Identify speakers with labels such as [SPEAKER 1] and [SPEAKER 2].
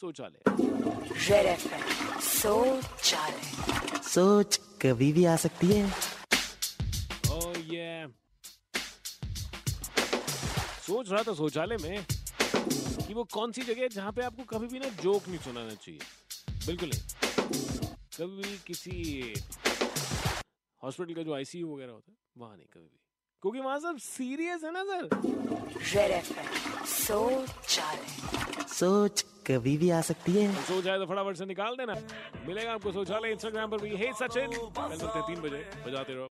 [SPEAKER 1] शौचालय
[SPEAKER 2] Red FM शौचालय
[SPEAKER 3] सोच कभी भी आ सकती है
[SPEAKER 1] ओह ये सोच रहा था शौचालय में कि वो कौन सी जगह है जहाँ पे आपको कभी भी ना जोक नहीं सुनाना चाहिए बिल्कुल नहीं कभी भी किसी हॉस्पिटल का जो आईसीयू वगैरह होता है वहाँ नहीं कभी भी क्योंकि वहाँ सब सीरियस है ना सर
[SPEAKER 2] रेड एफएम शौचालय
[SPEAKER 3] सोच कभी भी आ सकती है
[SPEAKER 1] सोच आए तो फटाफट से निकाल देना मिलेगा आपको शौचालय इंस्टाग्राम पर भी हे सचिन कल मिलते हैं तीन बजे बजाते रहो